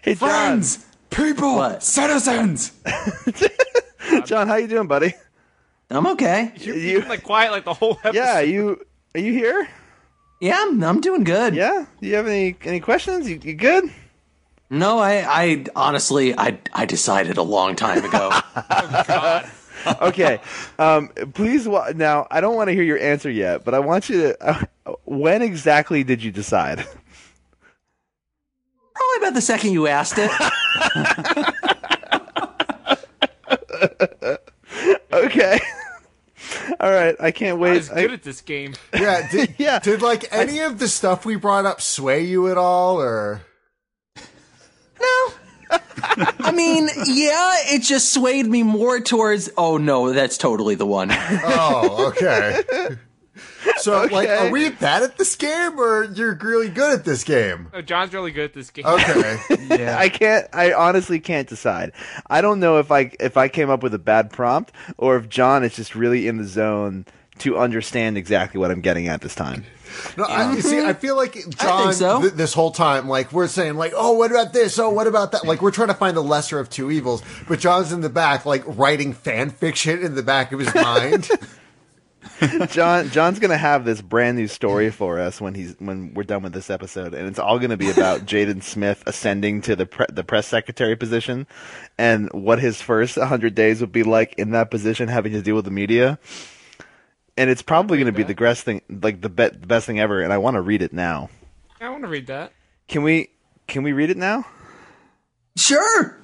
Speaker 3: Hey John,
Speaker 1: Friends, people,
Speaker 5: What?
Speaker 1: citizens.
Speaker 3: John, how you doing, buddy?
Speaker 5: I'm okay.
Speaker 6: You're
Speaker 3: you-
Speaker 6: being, like quiet like the whole episode.
Speaker 3: Yeah, you are you here?
Speaker 5: Yeah, I'm, I'm doing good.
Speaker 3: Yeah. Do you have any any questions? You, you good?
Speaker 5: No, I, I honestly, I, I decided a long time ago.
Speaker 3: Okay. um, please. Wa- now, I don't want to hear your answer yet, but I uh, want you to. when exactly did you decide?
Speaker 5: about Oh, the second you asked it?
Speaker 3: Okay. All right. I can't
Speaker 6: I
Speaker 3: wait.
Speaker 6: was good
Speaker 3: I-
Speaker 6: at this game.
Speaker 4: Yeah, did,
Speaker 3: Yeah.
Speaker 4: Did like any of the stuff we brought up sway you at all, or
Speaker 5: No. I mean, yeah, it just swayed me more towards, oh no, that's totally the one.
Speaker 4: oh, okay. So, like,
Speaker 3: Okay.
Speaker 4: are we bad at this game, or you're really good at this game?
Speaker 6: No, John's really good at this game.
Speaker 4: Okay,
Speaker 3: I can't. I honestly can't decide. I don't know if I if I came up with a bad prompt or if John is just really in the zone to understand exactly what I'm getting at this time.
Speaker 4: no, I, you see, I feel like John
Speaker 5: so.
Speaker 4: th- this whole time, like, we're saying, like, oh, what about this? Oh, what about that? Like, we're trying to find the lesser of two evils, but John's in the back, like, writing fan fiction in the back of his mind.
Speaker 3: John John's gonna have this brand new story for us when he's when we're done with this episode, and it's all gonna be about Jaden Smith ascending to the pre- the press secretary position, and what his first hundred days would be like in that position, having to deal with the media. And it's probably gonna be the best thing, like the, be- the best thing ever. And I want to read it now.
Speaker 6: I want to read that.
Speaker 3: Can we can we read it now,
Speaker 5: Sure.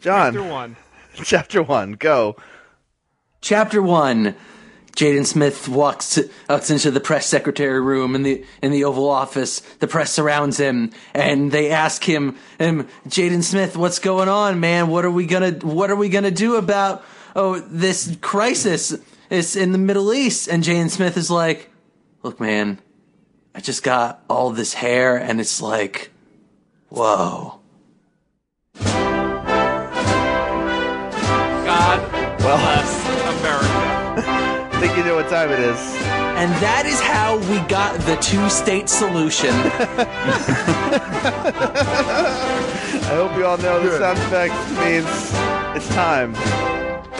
Speaker 3: John?
Speaker 6: Chapter one.
Speaker 3: chapter one, go.
Speaker 5: Chapter one. Jaden Smith walks out into the press secretary room in the in the Oval Office. The press surrounds him, and they ask him, "Him, Jaden Smith, what's going on, man? What are we gonna What are we gonna do about oh this crisis? It's in the Middle East." And Jaden Smith is like, "Look, man, I just got all this hair, and it's like, whoa."
Speaker 6: God bless America.
Speaker 3: I think you know what time it is.
Speaker 5: And that is how we got the two state solution.
Speaker 3: I hope you all know the sound effect means it's time.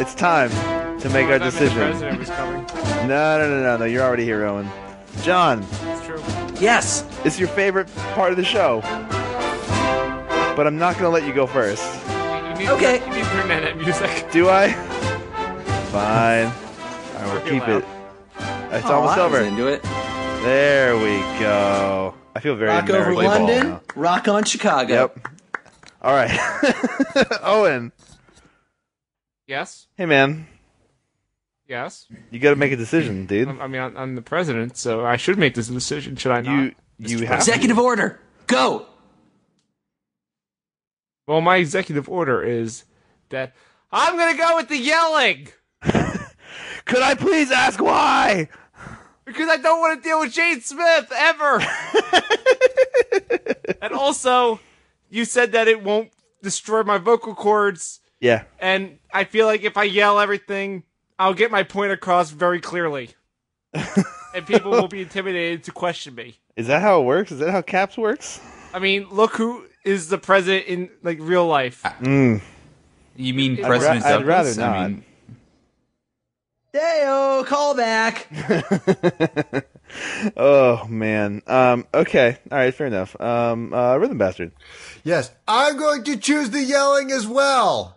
Speaker 3: It's time to make our
Speaker 6: That meant the
Speaker 3: decision.
Speaker 6: president was coming.
Speaker 3: No, no, no, no, no. You're already here, Owen. John,
Speaker 6: It's true.
Speaker 5: yes.
Speaker 3: it's your favorite part of the show. But I'm not going to let you go first.
Speaker 6: You need
Speaker 5: Okay.
Speaker 6: You need to bring that in music.
Speaker 3: Do I? Fine. I will
Speaker 6: Pretty
Speaker 3: keep it. It's
Speaker 5: Oh,
Speaker 3: almost
Speaker 5: I was
Speaker 3: over.
Speaker 5: Into it.
Speaker 3: There we go. I feel very
Speaker 5: Rock over
Speaker 3: American
Speaker 5: London,
Speaker 3: now.
Speaker 5: rock on Chicago.
Speaker 3: Yep. All right. Owen,
Speaker 6: Yes.
Speaker 3: hey man,
Speaker 6: Yes.
Speaker 3: you got to make a decision, dude.
Speaker 6: I mean, I'm, I'm the president, so I should make this decision. Should I not?
Speaker 3: You you have
Speaker 5: Executive order. Go.
Speaker 6: Well, my executive order is that I'm gonna go with the yelling
Speaker 3: Could I please ask why?
Speaker 6: because I don't want to deal with Jade Smith ever. and also, you said that it won't destroy my vocal cords,
Speaker 3: Yeah.
Speaker 6: and I feel like if I yell everything, I'll get my point across very clearly, and people will be intimidated to question me.
Speaker 3: Is that how it works? Is that how caps works?
Speaker 6: I mean, look who is the president in like real life.
Speaker 1: You mean
Speaker 6: I'd ra-
Speaker 1: President
Speaker 3: I'd rather
Speaker 1: Douglas? I mean,
Speaker 5: Deo, call back.
Speaker 3: Oh man. Um okay. All right, fair enough. Um uh Rhythm Bastard.
Speaker 4: Yes, I'm going to choose the yelling as well.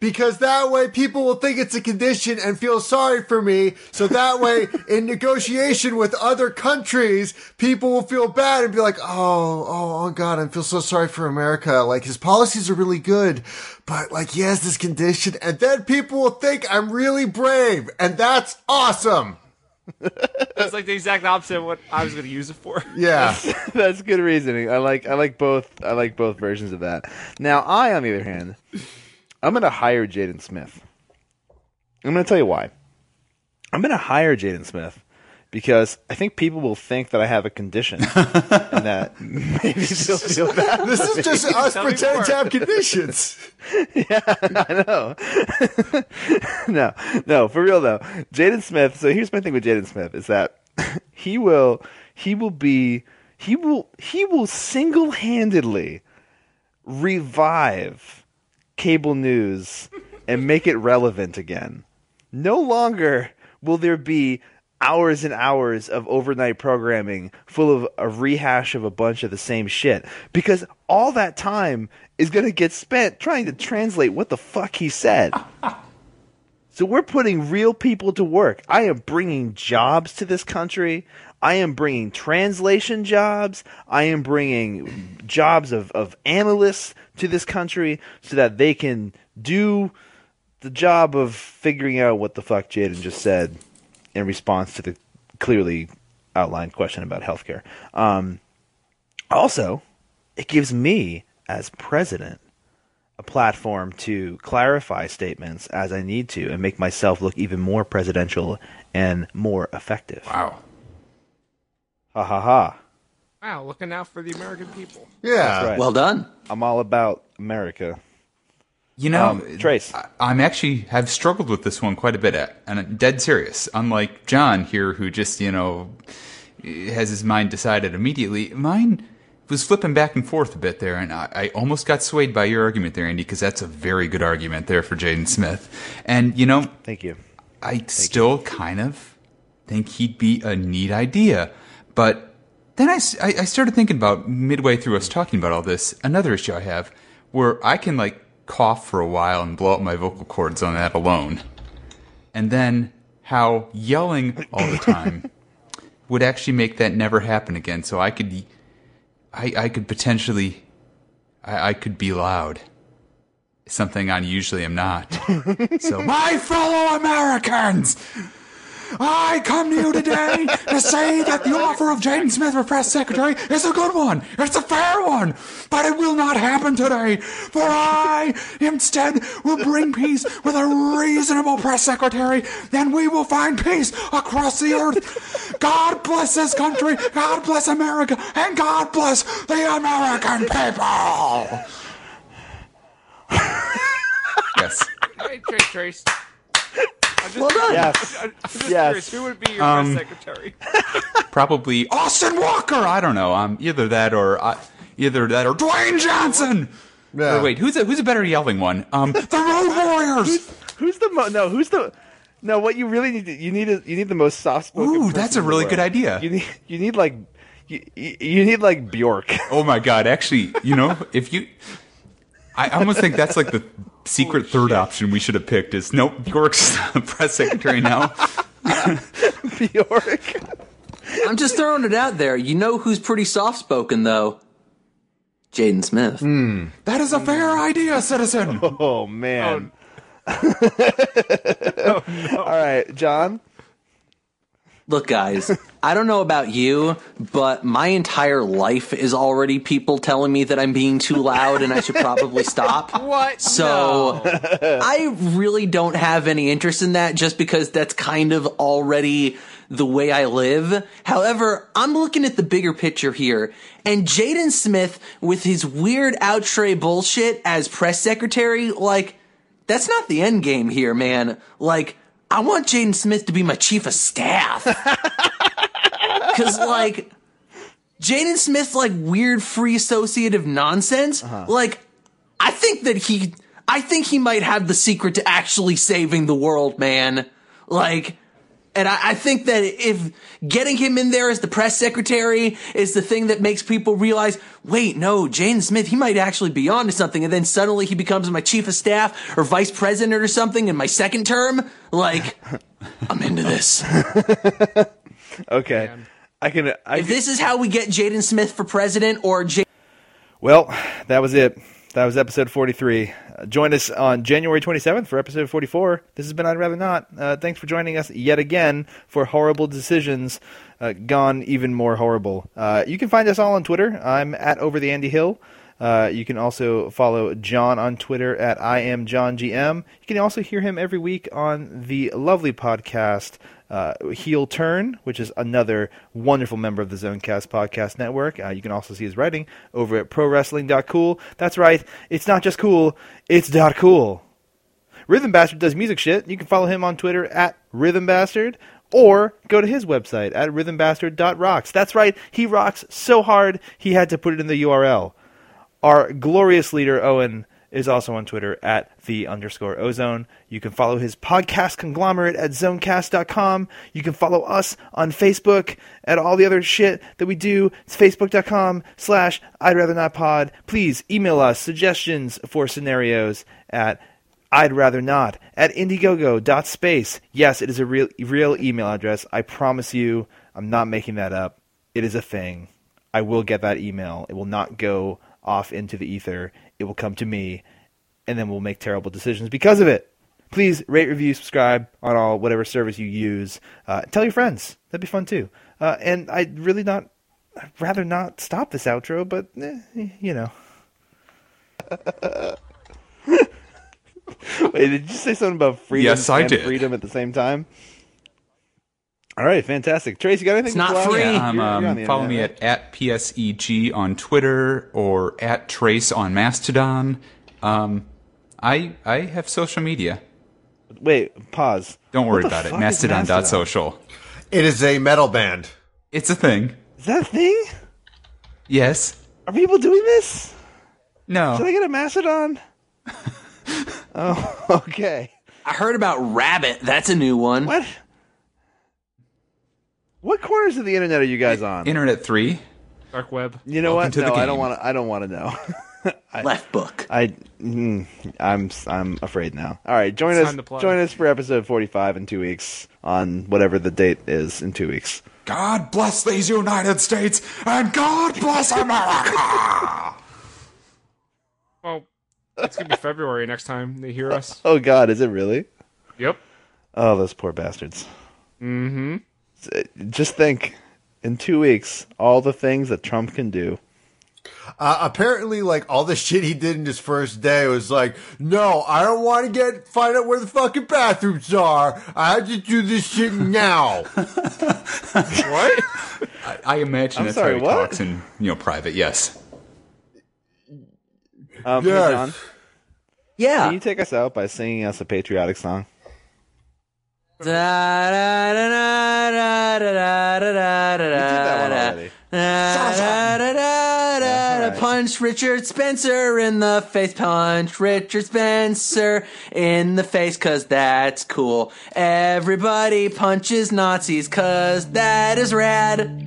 Speaker 4: Because that way people will think it's a condition and feel sorry for me. So that way in negotiation with other countries, people will feel bad and be like, Oh, oh, oh God, I feel so sorry for America. Like his policies are really good, but like he has this condition. And then people will think I'm really brave. And that's awesome.
Speaker 6: That's like the exact opposite of what I was going to use it for.
Speaker 4: Yeah.
Speaker 3: That's good reasoning. I like I like both I like both versions of that. Now I on the other hand, I'm gonna hire Jaden Smith. I'm gonna tell you why. I'm gonna hire Jaden Smith because I think people will think that I have a condition and that maybe they'll feel bad.
Speaker 4: this is just us
Speaker 6: me
Speaker 4: pretending
Speaker 6: more.
Speaker 4: to have conditions.
Speaker 3: I know. no, no, for real though. Jaden Smith. So here's my thing with Jaden Smith is that he will, he will be, he will, he will single handedly revive cable news and make it relevant again. No longer will there be hours and hours of overnight programming full of a rehash of a bunch of the same shit because all that time is going to get spent trying to translate what the fuck he said. So we're putting real people to work. I am bringing jobs to this country. I am bringing translation jobs. I am bringing jobs of, of analysts to this country so that they can do the job of figuring out what the fuck Jaden just said in response to the clearly outlined question about healthcare. Um, also, it gives me, as president, a platform to clarify statements as I need to and make myself look even more presidential and more effective.
Speaker 1: Wow.
Speaker 3: Ha ha ha.
Speaker 6: Wow, looking out for the American people.
Speaker 4: Yeah.
Speaker 3: right.
Speaker 5: Well done.
Speaker 3: I'm all about America.
Speaker 1: You know,
Speaker 3: Um, Trace.
Speaker 1: I, I'm actually have struggled with this one quite a bit, uh, and I'm dead serious. Unlike John here, who just you know has his mind decided immediately. Mine was flipping back and forth a bit there, and I, I almost got swayed by your argument there, Andy, because that's a very good argument there for Jaden Smith. And you know,
Speaker 3: Thank you.
Speaker 1: I still kind of think he'd be a neat idea. But then I, s- I- I started thinking about midway through us talking about all this, another issue I have where I can like cough for a while and blow out my vocal cords on that alone. And then how yelling all the time would actually make that never happen again. So I could, I, I could potentially, I, I could be loud. Something I usually am not. So, my fellow Americans, I come to you today to say that the offer of Jaden Smith for press secretary is a good one. It's a fair one, but it will not happen today. For I instead will bring peace with a reasonable press secretary, and we will find peace across the earth. God bless this country. God bless America, and God bless the American people. Yes.
Speaker 6: Hey, Trace, Trace. I'm just,
Speaker 3: Yes.
Speaker 6: I'm just
Speaker 3: Yes.
Speaker 6: curious, who would be your press secretary?
Speaker 1: probably Austin Walker. I don't know. Um, either that or uh, either that or Dwayne Johnson.
Speaker 4: Yeah.
Speaker 1: Or wait, who's a, who's a better yelling one? Um, the Road Warriors.
Speaker 3: Who's the mo- no? Who's the no? What you really need to, you need a, you need the most soft spoken.
Speaker 1: Ooh, that's a really good idea.
Speaker 3: You need you need like you, you you need like Bjork.
Speaker 1: Oh my God! Actually, you know, if you, I almost think that's like the secret third option we should have picked. Is nope, York's press secretary now.
Speaker 3: Bjork.
Speaker 5: I'm just throwing it out there. You know who's pretty soft spoken though? Jaden Smith.
Speaker 3: Hmm.
Speaker 1: That is a fair idea, citizen.
Speaker 3: Oh man. Oh,
Speaker 1: Oh,
Speaker 3: All right, John.
Speaker 5: Look, guys, I don't know about you, but my entire life is already people telling me that I'm being too loud and I should probably stop.
Speaker 6: What?
Speaker 5: So
Speaker 6: No.
Speaker 5: I really don't have any interest in that just because that's kind of already the way I live. However, I'm looking at the bigger picture here, and Jaden Smith with his weird outre bullshit as press secretary, like, that's not the end game here, man. Like, I want Jaden Smith to be my chief of staff. Cause like Jaden Smith's like weird free associative nonsense, like I think that he, I think he might have the secret to actually saving the world, man. Like, and I, I think that if getting him in there as the press secretary is the thing that makes people realize, wait, no, Jaden Smith, he might actually be onto something. And then suddenly he becomes my chief of staff or vice president or something in my second term. Like, I'm into this.
Speaker 3: Okay. I can. I
Speaker 5: If this is how we get Jaden Smith for president or J-
Speaker 3: Well, that was it. That was episode 43. Uh, join us on January 27th for episode 44. This has been I'd Rather Not. Uh, thanks for joining us yet again for Horrible Decisions uh, Gone Even More Horrible. Uh, you can find us all on Twitter. I'm at Over the Andy Hill. Uh, you can also follow John on Twitter at I am John GM. You can also hear him every week on the lovely podcast uh, Heel Turn, which is another wonderful member of the Zonecast Podcast Network. Uh, you can also see his writing over at ProWrestling.cool. That's right, it's not just cool, it's dot cool. Rhythm Bastard does music shit. You can follow him on Twitter at Rhythm Bastard or go to his website at rhythmbastard.rocks. That's right, he rocks so hard he had to put it in the URL. Our glorious leader, Owen, is also on Twitter at the underscore ozone. You can follow his podcast conglomerate at zonecast.com. You can follow us on Facebook at all the other shit that we do. It's facebook.com slash I'd rather not pod. Please email us suggestions for scenarios at I'd rather not at indiegogo.space. Yes, it is a real real email address. I promise you. I'm not making that up. It is a thing. I will get that email. It will not go off into the ether. It will come to me, and then we'll make terrible decisions because of it. Please rate, review, subscribe on all whatever service you use. Uh, tell your friends. That'd be fun too. Uh, and I'd really not, I'd rather not stop this outro, but eh, you know. Wait, did you say something about freedom?
Speaker 1: Yes, I
Speaker 3: and
Speaker 1: did.
Speaker 3: Freedom at the same time. All right, fantastic. Trace, you got anything?
Speaker 5: It's not
Speaker 3: to plug?
Speaker 5: free. Yeah,
Speaker 1: Um,
Speaker 3: You're- you're
Speaker 1: um,
Speaker 3: on the
Speaker 1: follow me
Speaker 3: internet,
Speaker 1: at, at PSEG on Twitter or at Trace on Mastodon. Um, I I have social media.
Speaker 3: right? Wait, pause.
Speaker 1: Don't worry
Speaker 3: What the
Speaker 1: about it.
Speaker 3: fuck is Mastodon?
Speaker 1: Mastodon.social.
Speaker 4: It is a metal band.
Speaker 1: It's a thing.
Speaker 3: Is that a thing?
Speaker 1: Yes.
Speaker 3: Are people doing this? Did I
Speaker 1: No.
Speaker 3: get a Macedon? oh, okay.
Speaker 5: I heard about Rabbit. That's a new one.
Speaker 3: What? What corners of the internet are you guys on?
Speaker 1: Internet three.
Speaker 6: Dark web.
Speaker 3: You know what?
Speaker 1: to the
Speaker 3: No, I don't
Speaker 1: game.
Speaker 3: want to. I don't want to know.
Speaker 5: Left book.
Speaker 3: I, mm, I'm, I'm afraid now. All right, join
Speaker 6: time to
Speaker 3: us.
Speaker 6: plug.
Speaker 3: Join us for episode 45 in two weeks on whatever the date is in two weeks.
Speaker 7: God bless these United States and God bless America.
Speaker 6: Well, it's gonna be February next time they hear us.
Speaker 3: Oh God, is it really?
Speaker 6: Yep.
Speaker 3: Oh, those poor bastards. Mm-hmm. Just think, in two weeks, all the things that Trump can do.
Speaker 4: Uh, apparently, like all the shit he did in his first day was like, no, I don't want to get find out where the fucking bathrooms are. I have to do this shit now.
Speaker 6: What?
Speaker 1: I, I imagine
Speaker 3: I'm
Speaker 1: that's
Speaker 3: sorry,
Speaker 1: how he
Speaker 3: what?
Speaker 1: talks in you know private. Yes.
Speaker 3: Um,
Speaker 4: Yes.
Speaker 3: John,
Speaker 5: Yeah.
Speaker 3: can you take us out by singing us a patriotic song?
Speaker 5: Da da da da da da da da da
Speaker 3: that one
Speaker 5: da
Speaker 3: already.
Speaker 5: da da da da da da.
Speaker 3: Alright.
Speaker 5: Punch Richard Spencer in the face. Punch Richard Spencer in the face, cause that's cool. Everybody punches Nazis, cause that is rad.